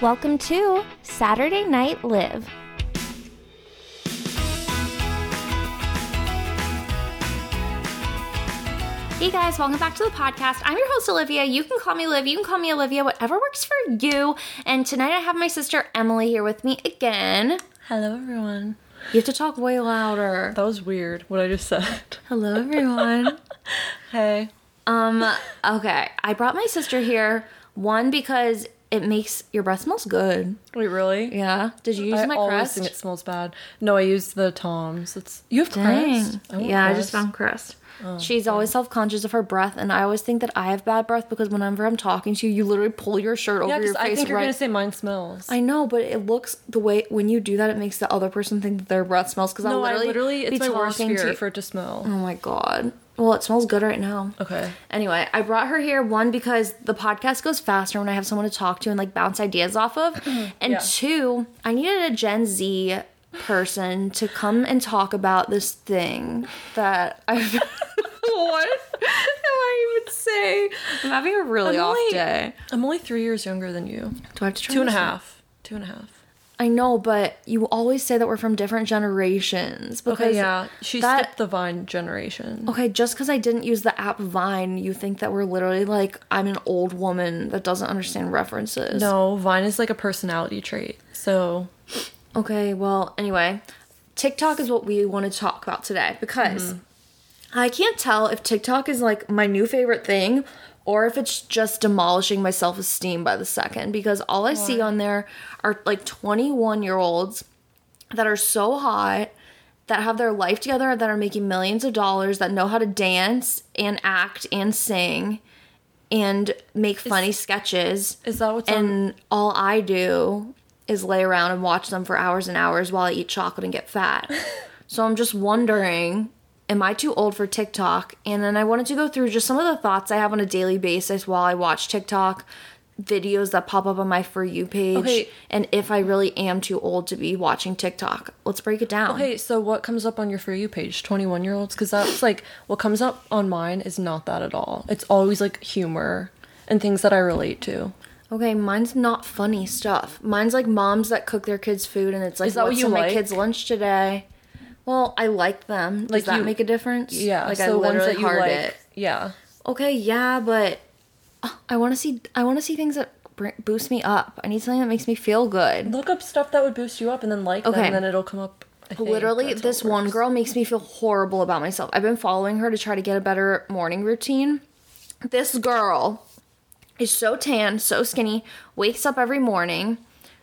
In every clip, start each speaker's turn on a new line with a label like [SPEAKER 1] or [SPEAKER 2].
[SPEAKER 1] Welcome to Saturday Night Live.
[SPEAKER 2] Hey guys, welcome back to the podcast. I'm your host, Olivia. You can call me Liv, you can call me Olivia, whatever works for you. And tonight I have my sister Emily here with me again.
[SPEAKER 3] Hello, everyone.
[SPEAKER 2] You have to talk way louder.
[SPEAKER 3] That was weird what I just said.
[SPEAKER 2] Hello, everyone.
[SPEAKER 3] hey.
[SPEAKER 2] um, okay, I brought my sister here, one, because it makes your breath smells good.
[SPEAKER 3] Wait, really?
[SPEAKER 2] Yeah. Did you use
[SPEAKER 3] I
[SPEAKER 2] my
[SPEAKER 3] always
[SPEAKER 2] crest?
[SPEAKER 3] think it smells bad. No, I use the Toms. It's you have crest.
[SPEAKER 2] Dang.
[SPEAKER 3] want Oh,
[SPEAKER 2] yeah, I just
[SPEAKER 3] crest.
[SPEAKER 2] found Chris. She's always self conscious of her breath, and I always think that I have bad breath because whenever I'm talking to you, you literally pull your shirt
[SPEAKER 3] Yeah,
[SPEAKER 2] over your
[SPEAKER 3] because
[SPEAKER 2] face.
[SPEAKER 3] I think you're
[SPEAKER 2] right
[SPEAKER 3] gonna say mine smells.
[SPEAKER 2] I know, but it looks the way when you do that, it makes the other person think that their breath smells. Because
[SPEAKER 3] no,
[SPEAKER 2] I literally,
[SPEAKER 3] I literally
[SPEAKER 2] be
[SPEAKER 3] it's my worst
[SPEAKER 2] talking to
[SPEAKER 3] fear
[SPEAKER 2] you-
[SPEAKER 3] for it to smell.
[SPEAKER 2] oh my god! Well, it smells good right now.
[SPEAKER 3] Okay.
[SPEAKER 2] Anyway, I brought her here one because the podcast goes faster when I have someone to talk to and like bounce ideas off of, and
[SPEAKER 3] Yeah.
[SPEAKER 2] two, I needed a Gen Z person to come and talk about this thing that I've. what am I even saying? I'm having a really
[SPEAKER 3] I'm
[SPEAKER 2] off
[SPEAKER 3] only-
[SPEAKER 2] day.
[SPEAKER 3] I'm only three years younger than you.
[SPEAKER 2] Do I have to turn
[SPEAKER 3] Two and a
[SPEAKER 2] this up?
[SPEAKER 3] half. Two and a half.
[SPEAKER 2] I know, but you always say that we're from different generations. Because
[SPEAKER 3] Okay, yeah. She
[SPEAKER 2] that-
[SPEAKER 3] skipped the Vine generation.
[SPEAKER 2] Okay, just because I didn't use the app Vine, you think that we're literally like I'm an old woman that doesn't understand references.
[SPEAKER 3] No, Vine is like a personality trait. So
[SPEAKER 2] Okay, well, anyway, TikTok is what we want to talk about today because I can't tell if TikTok is like my new favorite thing or if it's just demolishing my self esteem by the second because all I see on there are like 21 year olds that are so hot. That have their life together, that are making millions of dollars, that know how to dance and act and sing and make funny sketches
[SPEAKER 3] is that what's on
[SPEAKER 2] and all I do is lay around and watch them for hours and hours while I eat chocolate and get fat. so I'm just wondering, am I too old for TikTok? And then I wanted to go through just some of the thoughts I have on a daily basis while I watch TikTok videos that pop up on my for you page
[SPEAKER 3] Okay.
[SPEAKER 2] and if I really am too old to be watching TikTok. Let's break it down.
[SPEAKER 3] Okay, so what comes up on your for you page? Twenty one year olds, because that's like what comes up on mine is not that at all. It's always like humor and things that I relate to.
[SPEAKER 2] Okay, mine's not funny stuff. Mine's like moms that cook their kids food, and it's like,
[SPEAKER 3] Is that what
[SPEAKER 2] what's
[SPEAKER 3] you
[SPEAKER 2] in my
[SPEAKER 3] like?
[SPEAKER 2] kids' lunch today? Well, I like them. Does
[SPEAKER 3] Like
[SPEAKER 2] that
[SPEAKER 3] you-
[SPEAKER 2] make a difference?
[SPEAKER 3] Yeah,
[SPEAKER 2] like
[SPEAKER 3] so
[SPEAKER 2] I
[SPEAKER 3] ones
[SPEAKER 2] literally
[SPEAKER 3] that you
[SPEAKER 2] heart
[SPEAKER 3] like.
[SPEAKER 2] it.
[SPEAKER 3] Yeah,
[SPEAKER 2] Okay, yeah, but uh, I want to see. I want to see things that br- boost me up. I need something that makes me feel good.
[SPEAKER 3] look up stuff that would boost you up, and then like
[SPEAKER 2] Okay.
[SPEAKER 3] them, and then it'll come up. I think
[SPEAKER 2] Literally,
[SPEAKER 3] that's how
[SPEAKER 2] this
[SPEAKER 3] it
[SPEAKER 2] one
[SPEAKER 3] works.
[SPEAKER 2] girl makes me feel horrible about myself. I've been following her to try to get a better morning routine. This girl is so tan, so skinny, wakes up every morning,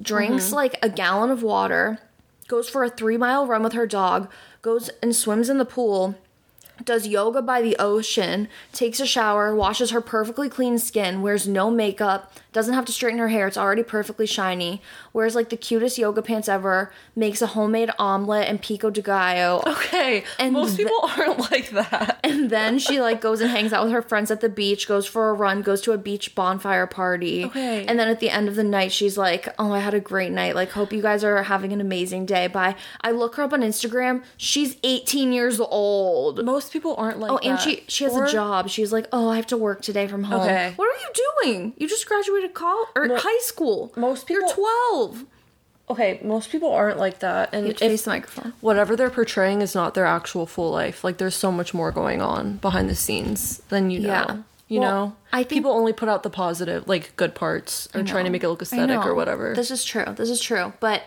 [SPEAKER 2] drinks like a gallon of water, goes for a three mile run with her dog, goes and swims in the pool, does yoga by the ocean, takes a shower, washes her perfectly clean skin, wears no makeup, doesn't have to straighten her hair, it's already perfectly shiny, wears like the cutest yoga pants ever, makes a homemade omelet and pico de gallo.
[SPEAKER 3] Okay,
[SPEAKER 2] And
[SPEAKER 3] and most
[SPEAKER 2] th-
[SPEAKER 3] people aren't like that.
[SPEAKER 2] And then she like goes and hangs out with her friends at the beach, goes for a run, goes to a beach bonfire party.
[SPEAKER 3] Okay.
[SPEAKER 2] And then at the end of the night, she's like, "Oh, I had a great night. Like, hope you guys are having an amazing day." Bye. I look her up on Instagram. She's 18 years old.
[SPEAKER 3] Most people aren't like.
[SPEAKER 2] Oh, and she she has a job. She's like, "Oh, I have to work today from home."
[SPEAKER 3] Okay.
[SPEAKER 2] What are you doing? You just graduated college or high school.
[SPEAKER 3] most
[SPEAKER 2] You're
[SPEAKER 3] people-
[SPEAKER 2] 12.
[SPEAKER 3] Okay, most people aren't like that, and
[SPEAKER 2] You have to
[SPEAKER 3] if-
[SPEAKER 2] face the microphone.
[SPEAKER 3] whatever they're portraying is not their actual full life. Like there's so much more going on behind the scenes than you know.
[SPEAKER 2] Yeah.
[SPEAKER 3] You
[SPEAKER 2] Well,
[SPEAKER 3] know?
[SPEAKER 2] I think-
[SPEAKER 3] people only put out the positive, like good parts or trying to make it look
[SPEAKER 2] I
[SPEAKER 3] aesthetic
[SPEAKER 2] know.
[SPEAKER 3] or whatever.
[SPEAKER 2] This is true. This is true. But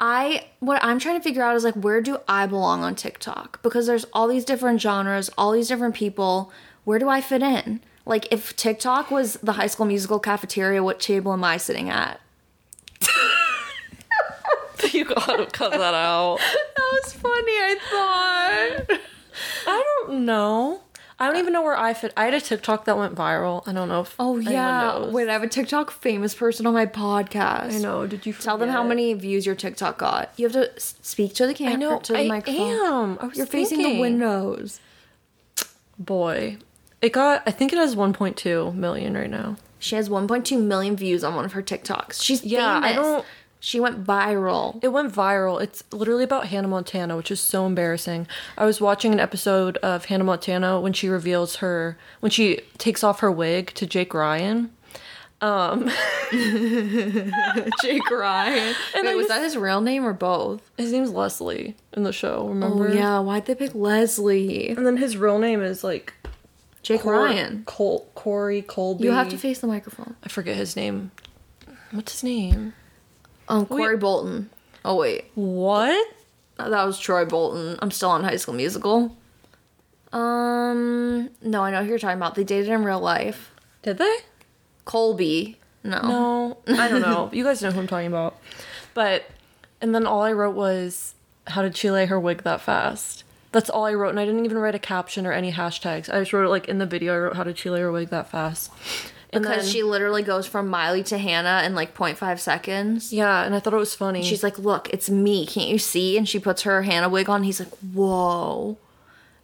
[SPEAKER 2] I what I'm trying to figure out is like where do I belong on TikTok? Because there's all these different genres, all these different people. Where do I fit in? Like if TikTok was the high school musical cafeteria, what table am I sitting at?
[SPEAKER 3] you gotta cut that out.
[SPEAKER 2] That was funny, I thought.
[SPEAKER 3] I don't know. I don't even know where I fit. I had a TikTok that went viral. I don't know if
[SPEAKER 2] Oh
[SPEAKER 3] anyone
[SPEAKER 2] yeah.
[SPEAKER 3] knows.
[SPEAKER 2] Wait, I have a TikTok famous person on my podcast.
[SPEAKER 3] I know. Did you
[SPEAKER 2] Tell them how
[SPEAKER 3] forget?
[SPEAKER 2] many views your TikTok got. You have to s- speak to the camera.
[SPEAKER 3] I know.
[SPEAKER 2] To the
[SPEAKER 3] I
[SPEAKER 2] microphone.
[SPEAKER 3] am. I was
[SPEAKER 2] You're facing the
[SPEAKER 3] thinking.
[SPEAKER 2] windows.
[SPEAKER 3] Boy, it got. I think it has 1.2 million right now.
[SPEAKER 2] She has 1.2 million views on one of her TikToks. She's
[SPEAKER 3] Yeah, I
[SPEAKER 2] famous.
[SPEAKER 3] don't-
[SPEAKER 2] She went viral.
[SPEAKER 3] It went viral. It's literally about Hannah Montana, which is so embarrassing. I was watching an episode of Hannah Montana when she reveals her when she takes off her wig to Jake Ryan.
[SPEAKER 2] Jake Ryan.
[SPEAKER 3] And
[SPEAKER 2] Wait,
[SPEAKER 3] I
[SPEAKER 2] was
[SPEAKER 3] just-
[SPEAKER 2] that his real name or both?
[SPEAKER 3] His name's Leslie in the show, remember?
[SPEAKER 2] Oh, why'd they pick Leslie?
[SPEAKER 3] Oh. And then his real name is like
[SPEAKER 2] Jake
[SPEAKER 3] Cor-
[SPEAKER 2] Ryan.
[SPEAKER 3] Col- Corey Colby.
[SPEAKER 2] You have to face the microphone.
[SPEAKER 3] I forget his name. What's his name?
[SPEAKER 2] Um, Corey Bolton. Oh wait,
[SPEAKER 3] What?
[SPEAKER 2] Uh, that was Troy Bolton. I'm still on High School Musical. Um, no, I know who you're talking about. They dated in real life.
[SPEAKER 3] Did they?
[SPEAKER 2] Colby. No.
[SPEAKER 3] No, I don't know. you guys know who I'm talking about. But and then all I wrote was, "How did she lay her wig that fast?" That's all I wrote, and I didn't even write a caption or any hashtags. I just wrote it like in the video. I wrote, "How did she lay her wig that fast?" And
[SPEAKER 2] Because
[SPEAKER 3] then-
[SPEAKER 2] she literally goes from Miley to Hannah in like 0.5 seconds.
[SPEAKER 3] yeah, and I thought it was funny.
[SPEAKER 2] She's like, Look, it's me. Can't you see? And she puts her Hannah wig on. He's like, Whoa.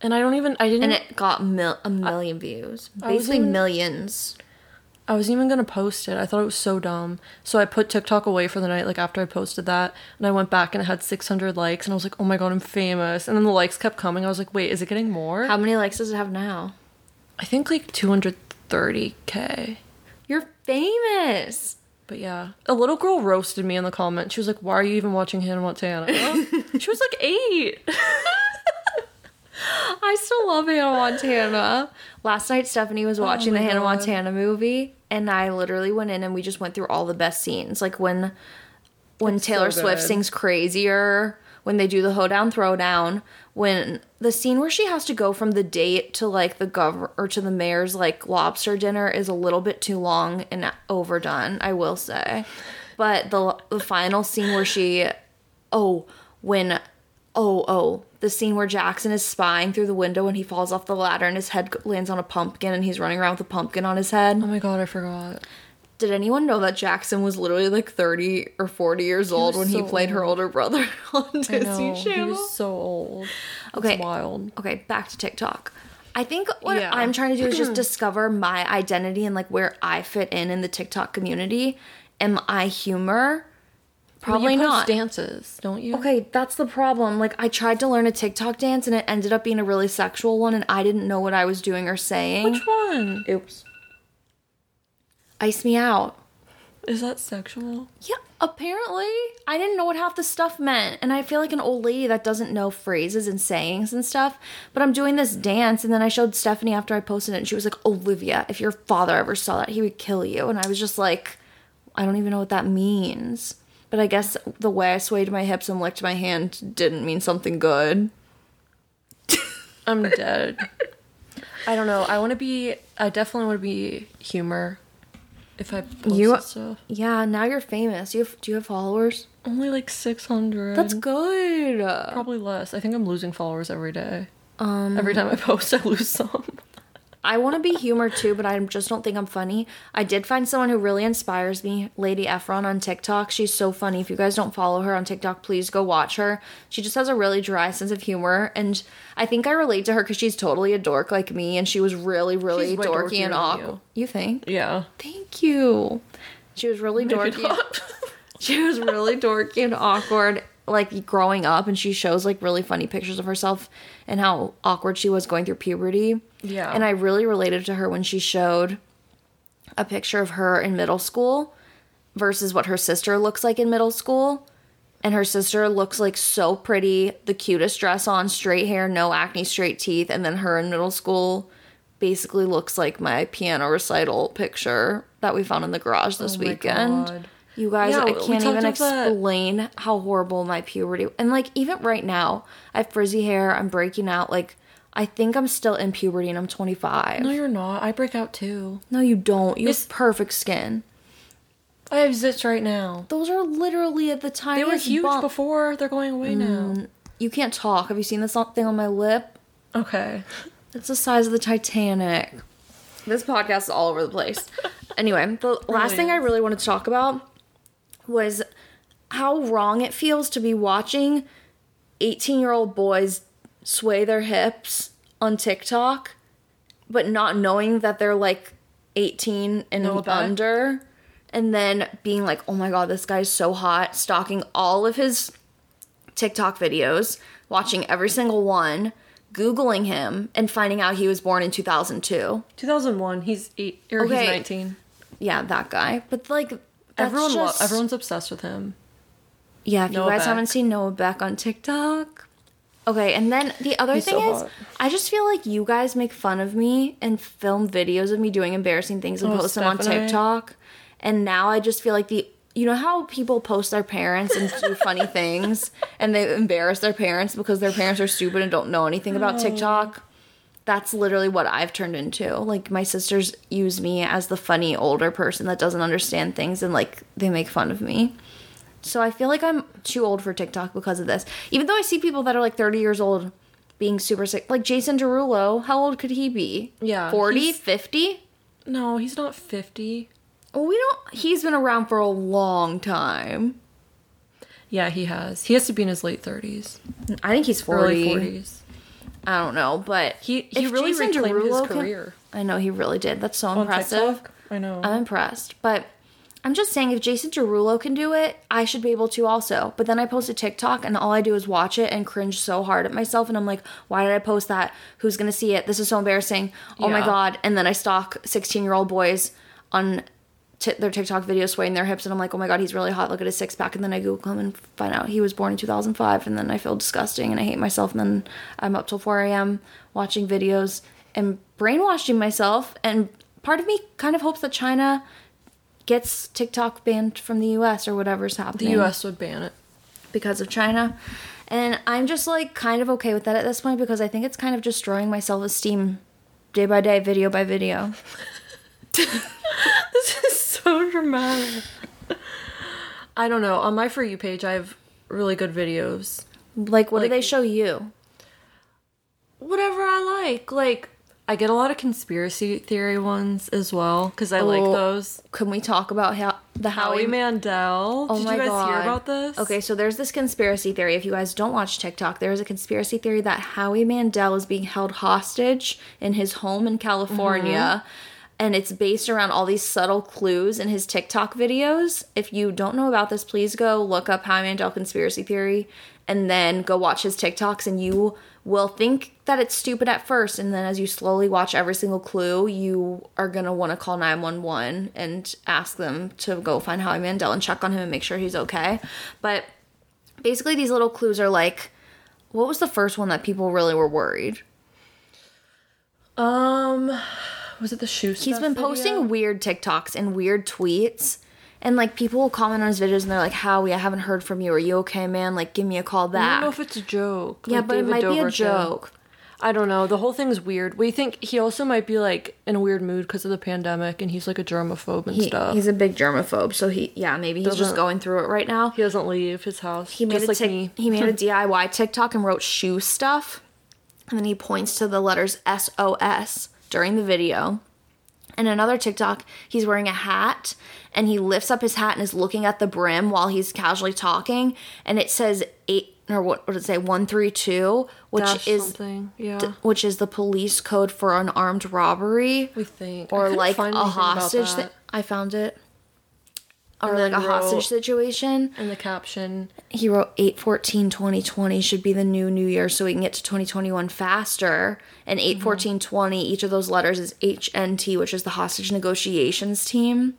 [SPEAKER 3] and I don't even, I didn't,
[SPEAKER 2] And it got mil- a million views.
[SPEAKER 3] I was
[SPEAKER 2] Basically,
[SPEAKER 3] in-
[SPEAKER 2] millions.
[SPEAKER 3] I wasn't even gonna post it. I thought it was so dumb. So I put TikTok away for the night, like after I posted that, and I went back and it had 600 likes, and I was like, "Oh my god, I'm famous!" And then the likes kept coming. I was like, "Wait, is it getting more?"
[SPEAKER 2] How many likes does it have now?
[SPEAKER 3] I think like 230k.
[SPEAKER 2] You're famous.
[SPEAKER 3] But yeah, a little girl roasted me in the comment. She was like, "Why are you even watching Hannah Montana?" she was like eight.
[SPEAKER 2] I still love Hannah Montana. Last night, Stephanie was watching the
[SPEAKER 3] Oh my
[SPEAKER 2] Hannah
[SPEAKER 3] God.
[SPEAKER 2] Montana movie, and I literally went in and we just went through all the best scenes, like when when Taylor
[SPEAKER 3] so
[SPEAKER 2] Swift
[SPEAKER 3] good.
[SPEAKER 2] sings "Crazier," when they do the hoedown throwdown, when the scene where she has to go from the date to like the gov or to the mayor's like lobster dinner is a little bit too long and overdone, I will say. But the the final scene where she Oh, when oh oh the scene where Jackson is spying through the window and he falls off the ladder and his head lands on a pumpkin and he's running around with a pumpkin on his head.
[SPEAKER 3] Oh my god, I forgot.
[SPEAKER 2] Did anyone know that Jackson was literally like 30 or 40 years old when he
[SPEAKER 3] so
[SPEAKER 2] played her older brother on
[SPEAKER 3] I know.
[SPEAKER 2] Disney
[SPEAKER 3] He
[SPEAKER 2] Channel?
[SPEAKER 3] was so old. That's
[SPEAKER 2] Okay.
[SPEAKER 3] wild.
[SPEAKER 2] Okay, back to TikTok. I think what
[SPEAKER 3] Yeah.
[SPEAKER 2] I'm trying to do is just discover my identity and like where I fit in in the TikTok community. Am I humor? Probably
[SPEAKER 3] you post
[SPEAKER 2] not.
[SPEAKER 3] Dances, don't you?
[SPEAKER 2] Okay, that's the problem. Like, I tried to learn a TikTok dance and it ended up being a really sexual one, and I didn't know what I was doing or saying.
[SPEAKER 3] Which one?
[SPEAKER 2] Oops. Ice me out.
[SPEAKER 3] Is that sexual?
[SPEAKER 2] Yeah, apparently. I didn't know what half the stuff meant, and I feel like an old lady that doesn't know phrases and sayings and stuff. But I'm doing this dance, and then I showed Stephanie after I posted it, and she was like, Olivia, if your father ever saw that, he would kill you. And I was just like, I don't even know what that means. But I guess the way I swayed my hips and licked my hand didn't mean something good.
[SPEAKER 3] I'm dead. I don't know. I want to be. I definitely want to be humor. If I post
[SPEAKER 2] You-
[SPEAKER 3] you, stuff,
[SPEAKER 2] Yeah, now you're famous. You have, do you have followers?
[SPEAKER 3] only like 600.
[SPEAKER 2] That's good.
[SPEAKER 3] probably less. I think I'm losing followers every day. Um, every time I post, I lose some.
[SPEAKER 2] I want to be humor too, but I just don't think I'm funny. I did find someone who really inspires me, Lady Efron on TikTok. She's so funny. If you guys don't follow her on TikTok, please go watch her. She just has a really dry sense of humor, and I think I relate to her because she's totally a dork like me, and she was really, really
[SPEAKER 3] She's way
[SPEAKER 2] dorky and
[SPEAKER 3] dorkier than
[SPEAKER 2] awkward.
[SPEAKER 3] you.
[SPEAKER 2] You think?
[SPEAKER 3] Yeah.
[SPEAKER 2] Thank you. She was really dorky. she was really dorky and awkward like growing up and she shows like really funny pictures of herself and how awkward she was going through puberty
[SPEAKER 3] Yeah.
[SPEAKER 2] and i really related to her when she showed a picture of her in middle school versus what her sister looks like in middle school and her sister looks like so pretty the cutest dress on straight hair no acne straight teeth and then her in middle school basically looks like my piano recital picture that we found in the garage this
[SPEAKER 3] Oh my
[SPEAKER 2] weekend
[SPEAKER 3] God.
[SPEAKER 2] you guys,
[SPEAKER 3] Yeah,
[SPEAKER 2] I
[SPEAKER 3] we
[SPEAKER 2] can't
[SPEAKER 3] talked
[SPEAKER 2] even
[SPEAKER 3] about that.
[SPEAKER 2] explain how horrible my puberty and like even right now, I have frizzy hair, I'm breaking out, like I think I'm still in puberty and I'm 25.
[SPEAKER 3] No, you're not. I break out too.
[SPEAKER 2] No, you don't. You
[SPEAKER 3] It's-
[SPEAKER 2] have perfect skin.
[SPEAKER 3] I have zits right now.
[SPEAKER 2] Those are literally at the Mm. time
[SPEAKER 3] They were huge before. They're going away
[SPEAKER 2] You can't talk. Have you seen this thing on my lip?
[SPEAKER 3] now. Okay.
[SPEAKER 2] It's the size of the Titanic. This podcast is all over the place. anyway, the last thing I really wanted to talk about was how wrong it feels to be watching 18 year old boys sway their hips on TikTok, but not knowing that they're like 18 and
[SPEAKER 3] Know about it.
[SPEAKER 2] under. And then being like, oh my God, this guy's so hot, stalking all of his TikTok videos, watching every single one, Googling him, and finding out he was born in 2002.
[SPEAKER 3] 2001. He's eight or
[SPEAKER 2] Okay.
[SPEAKER 3] he's 19.
[SPEAKER 2] yeah, that guy. But like that's
[SPEAKER 3] everyone, lo-
[SPEAKER 2] just-
[SPEAKER 3] everyone's obsessed with him.
[SPEAKER 2] Yeah, if
[SPEAKER 3] Noah
[SPEAKER 2] you guys
[SPEAKER 3] Beck.
[SPEAKER 2] haven't seen Noah Beck on TikTok. Okay, and then the other
[SPEAKER 3] He's
[SPEAKER 2] thing
[SPEAKER 3] so
[SPEAKER 2] is,
[SPEAKER 3] hot.
[SPEAKER 2] I just feel like you guys make fun of me and film videos of me doing embarrassing things and
[SPEAKER 3] Oh,
[SPEAKER 2] post them on
[SPEAKER 3] Stephanie.
[SPEAKER 2] TikTok. And now I just feel like the you know how people post their parents and do funny things and they embarrass their parents because their parents are stupid and don't know anything about TikTok? That's literally what I've turned into. Like my sisters use me as the funny older person that doesn't understand things and like they make fun of me. So I feel like I'm too old for TikTok because of this. Even though I see people that are like 30 years old being super sick. Like Jason Derulo, how old could he be?
[SPEAKER 3] Yeah,
[SPEAKER 2] 40,
[SPEAKER 3] he's-
[SPEAKER 2] 50?
[SPEAKER 3] No, he's not fifty.
[SPEAKER 2] Well, we don't. He's been around for a long time.
[SPEAKER 3] Yeah, he has. He has to be in his late thirties,
[SPEAKER 2] I think he's 40.
[SPEAKER 3] early forties.
[SPEAKER 2] I don't know, but
[SPEAKER 3] He he really reclaimed his
[SPEAKER 2] can-
[SPEAKER 3] career
[SPEAKER 2] I know he really did. That's so
[SPEAKER 3] on
[SPEAKER 2] impressive. Um,
[SPEAKER 3] TikTok. I know.
[SPEAKER 2] I'm impressed, but I'm just saying if Jason Derulo can do it, I should be able to also. But then I post a TikTok and all I do is watch it and cringe so hard at myself and I'm like, why did I post that? Who's gonna see it? This is so embarrassing. Oh my
[SPEAKER 3] Yeah.
[SPEAKER 2] god! And then I stalk 16 year old boys on t- their TikTok videos swaying their hips and I'm like, oh my god, he's really hot. Look at his six pack. And then I Google him and find out he was born in 2005. And then I feel disgusting and I hate myself. And then I'm up till 4 a.m. watching videos and brainwashing myself. And part of me kind of hopes that China gets TikTok banned from the US or whatever's
[SPEAKER 3] the
[SPEAKER 2] happening
[SPEAKER 3] U.S. would ban it.
[SPEAKER 2] because of China. And I'm just like kind of okay with that at this point because I think it's kind of destroying my self esteem day by day, video by video.
[SPEAKER 3] This is so dramatic. I don't know. On my for you page, I have really good videos.
[SPEAKER 2] Like, what
[SPEAKER 3] Like-
[SPEAKER 2] do they show you?
[SPEAKER 3] Whatever I like, like I get a lot of conspiracy theory ones as well because I like
[SPEAKER 2] Oh.
[SPEAKER 3] those.
[SPEAKER 2] Can we talk about how the Howie
[SPEAKER 3] Howie Mandel. Did you guys hear about this?
[SPEAKER 2] Oh Okay, so there's this conspiracy theory. If you guys don't watch TikTok, there is a conspiracy theory that Howie Mandel is being held hostage in his home in California.
[SPEAKER 3] Mm-hmm.
[SPEAKER 2] And it's based around all these subtle clues in his TikTok videos. If you don't know about this, please go look up Howie Mandel conspiracy theory and then go watch his TikToks, and you will think that it's stupid at first. And then as you slowly watch every single clue, you are gonna wanna call 911 and ask them to go find Howie Mandel and check on him and make sure he's okay. But basically, these little clues are like, what was the first one that people really were worried?
[SPEAKER 3] Um, was it the shoe?
[SPEAKER 2] He's been posting weird TikToks and weird tweets. And like people will comment on his videos and they're like, Howie, I haven't heard from you. Are you okay, man? Like, give me a call
[SPEAKER 3] I don't
[SPEAKER 2] back.
[SPEAKER 3] know if it's a joke.
[SPEAKER 2] yeah,
[SPEAKER 3] like
[SPEAKER 2] but
[SPEAKER 3] David
[SPEAKER 2] it might be a
[SPEAKER 3] Dobrik did.
[SPEAKER 2] joke.
[SPEAKER 3] I don't know. The whole thing's weird. We think he also might be like in a weird mood because of the pandemic, and he's like a germaphobe and
[SPEAKER 2] He-
[SPEAKER 3] stuff.
[SPEAKER 2] he's a big germaphobe, so he yeah maybe he's just
[SPEAKER 3] Doesn't-
[SPEAKER 2] going through it right now.
[SPEAKER 3] he doesn't leave his house.
[SPEAKER 2] He made
[SPEAKER 3] just
[SPEAKER 2] a
[SPEAKER 3] like
[SPEAKER 2] tic-
[SPEAKER 3] me.
[SPEAKER 2] he made a DIY TikTok and wrote shoe stuff, and then he points to the letters S O S during the video. And another TikTok, he's wearing a hat and he lifts up his hat and is looking at the brim while he's casually talking, and it says eight or what what did it say one three two, which
[SPEAKER 3] Dash
[SPEAKER 2] is
[SPEAKER 3] something. Yeah,
[SPEAKER 2] which is the police code for an armed robbery
[SPEAKER 3] we think I
[SPEAKER 2] or
[SPEAKER 3] couldn't
[SPEAKER 2] like a
[SPEAKER 3] find anything about
[SPEAKER 2] hostage
[SPEAKER 3] that.
[SPEAKER 2] that I found it. Or
[SPEAKER 3] And
[SPEAKER 2] like
[SPEAKER 3] then
[SPEAKER 2] a
[SPEAKER 3] wrote-
[SPEAKER 2] hostage situation.
[SPEAKER 3] in the caption.
[SPEAKER 2] He wrote 814 2020 should be the new new year so we can get to 2021 faster. And
[SPEAKER 3] Mm-hmm.
[SPEAKER 2] 814 20, each of those letters is HNT, which is the hostage negotiations team.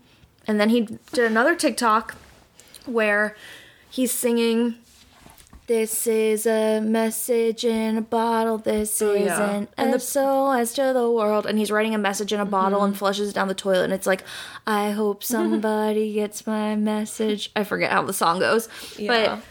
[SPEAKER 2] And then he did another TikTok where he's singing this is a message in a bottle. This is
[SPEAKER 3] Oh, yeah.
[SPEAKER 2] an
[SPEAKER 3] And the-
[SPEAKER 2] SOS to the world. And he's writing a message in a bottle
[SPEAKER 3] Mm-hmm.
[SPEAKER 2] and flushes it down the toilet. And it's like, I hope somebody gets my message. I forget how the song goes.
[SPEAKER 3] Yeah.
[SPEAKER 2] But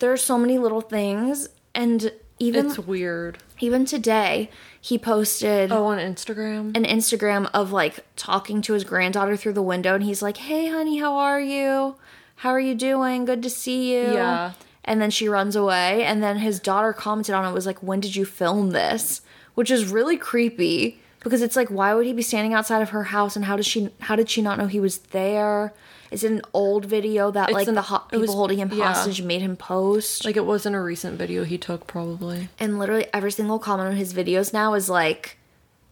[SPEAKER 2] there's so many little things. And even
[SPEAKER 3] It's weird.
[SPEAKER 2] even today, he posted
[SPEAKER 3] Oh, on Instagram.
[SPEAKER 2] an Instagram of like talking to his granddaughter through the window, and he's like, "Hey, honey, how are you? How are you doing? Good to see you."
[SPEAKER 3] Yeah.
[SPEAKER 2] And then she runs away, and then his daughter commented on it was like, "When did you film this?" Which is really creepy because it's like, why would he be standing outside of her house, and how does she? How did she not know he was there? Is it an old video that like
[SPEAKER 3] an-
[SPEAKER 2] the ho-
[SPEAKER 3] it
[SPEAKER 2] people
[SPEAKER 3] was-
[SPEAKER 2] holding him
[SPEAKER 3] yeah.
[SPEAKER 2] hostage made him post?
[SPEAKER 3] like it wasn't a recent video he took, probably.
[SPEAKER 2] and literally every single comment on his videos now is like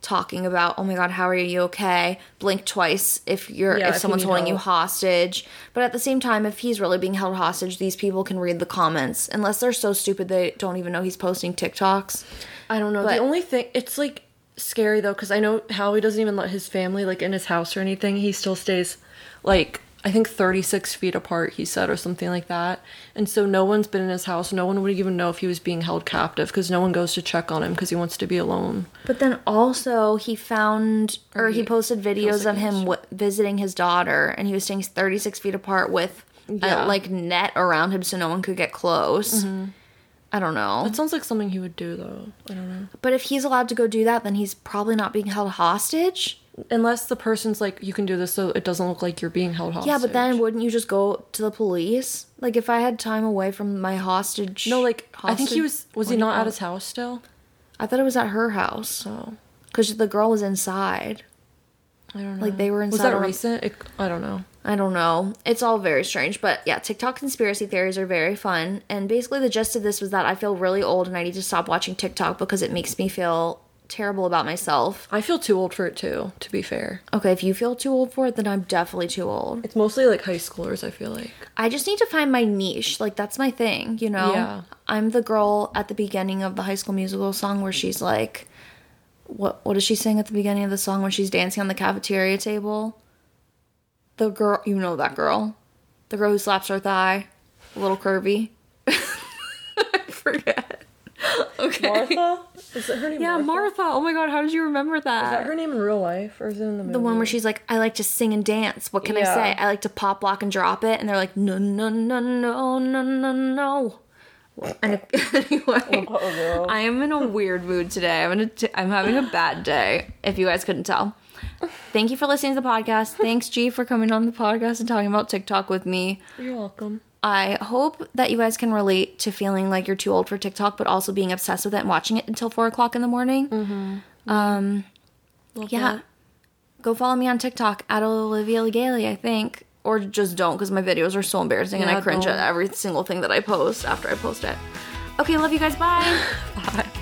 [SPEAKER 2] talking about oh my god how are you You okay blink twice if you're
[SPEAKER 3] Yeah, if
[SPEAKER 2] if
[SPEAKER 3] you
[SPEAKER 2] someone's
[SPEAKER 3] need
[SPEAKER 2] holding you
[SPEAKER 3] help.
[SPEAKER 2] hostage but at the same time if he's really being held hostage these people can read the comments unless they're so stupid they don't even know he's posting tiktoks
[SPEAKER 3] I don't know.
[SPEAKER 2] But-
[SPEAKER 3] the only thing it's like scary though because I know Howie doesn't even let his family like in his house or anything. He still stays like I think 36 feet apart. He said or something like that. And so no one's been in his house. No one would even know if he was being held captive because no one goes to check on him because he wants to be alone.
[SPEAKER 2] But then also he found or he,
[SPEAKER 3] Mm-hmm. he
[SPEAKER 2] posted videos
[SPEAKER 3] feels like
[SPEAKER 2] of him
[SPEAKER 3] he's-
[SPEAKER 2] w- visiting his daughter, and he was staying 36 feet apart with
[SPEAKER 3] Yeah. Mm-hmm.
[SPEAKER 2] a like net around him so no one could get close. I don't know.
[SPEAKER 3] It sounds like something he would do though. I don't know.
[SPEAKER 2] but if he's allowed to go do that, then he's probably not being held hostage.
[SPEAKER 3] Unless the person's like, you can do this so it doesn't look like you're being held hostage.
[SPEAKER 2] Yeah, but then wouldn't you just go to the police? Like if I had time away from my hostage.
[SPEAKER 3] no, like I think he
[SPEAKER 2] hostage-
[SPEAKER 3] was was
[SPEAKER 2] what
[SPEAKER 3] he
[SPEAKER 2] do you
[SPEAKER 3] not
[SPEAKER 2] call
[SPEAKER 3] at
[SPEAKER 2] it?
[SPEAKER 3] his house still?
[SPEAKER 2] I thought it was at her house
[SPEAKER 3] Oh,
[SPEAKER 2] because the girl was inside.
[SPEAKER 3] I don't know.
[SPEAKER 2] Like, they were
[SPEAKER 3] Was
[SPEAKER 2] inside
[SPEAKER 3] that
[SPEAKER 2] on-
[SPEAKER 3] recent? It, I don't know.
[SPEAKER 2] I don't know. It's all very strange, but yeah, TikTok conspiracy theories are very fun. And basically, the gist of this was that I feel really old and I need to stop watching TikTok because it makes me feel terrible about myself.
[SPEAKER 3] I feel too old for it too. To be fair,
[SPEAKER 2] Okay, if you feel too old for it, then I'm definitely too old.
[SPEAKER 3] it's mostly like high schoolers. I feel like.
[SPEAKER 2] I just need to find my niche. Like, that's my thing, you know?
[SPEAKER 3] Yeah.
[SPEAKER 2] I'm the girl at the beginning of the high school musical song where she's like, what, what does she sing at the beginning of the song when she's dancing on the cafeteria table? The girl, you know that girl. The girl who slaps her thigh, a little curvy. I forget. Okay.
[SPEAKER 3] Martha? Is it her name?
[SPEAKER 2] Yeah, Martha. Oh my god, how did you remember
[SPEAKER 3] Is that her name in real life or is it in the movie?
[SPEAKER 2] The one where she's like, I like to sing and dance. What can I
[SPEAKER 3] Yeah.
[SPEAKER 2] say? I like to pop, lock, and drop it. And they're like, no, no, no, no, no, no, no. And it- anyway, I am in a weird mood today. I'm in a t- I'm having a bad day. If you guys couldn't tell, thank you for listening to the podcast. Thanks, G, for coming on the podcast and talking about TikTok with me.
[SPEAKER 3] You're welcome.
[SPEAKER 2] I hope that you guys can relate to feeling like you're too old for TikTok, but also being obsessed with it and watching it until four o'clock in the morning.
[SPEAKER 3] Love
[SPEAKER 2] Yeah.
[SPEAKER 3] that.
[SPEAKER 2] Go follow me on TikTok at Olivia Legale, I think. Or just don't because my videos are so embarrassing and
[SPEAKER 3] Yeah,
[SPEAKER 2] I cringe
[SPEAKER 3] don't.
[SPEAKER 2] at every single thing that I post after I post it. Okay, love you guys. Bye.
[SPEAKER 3] Bye.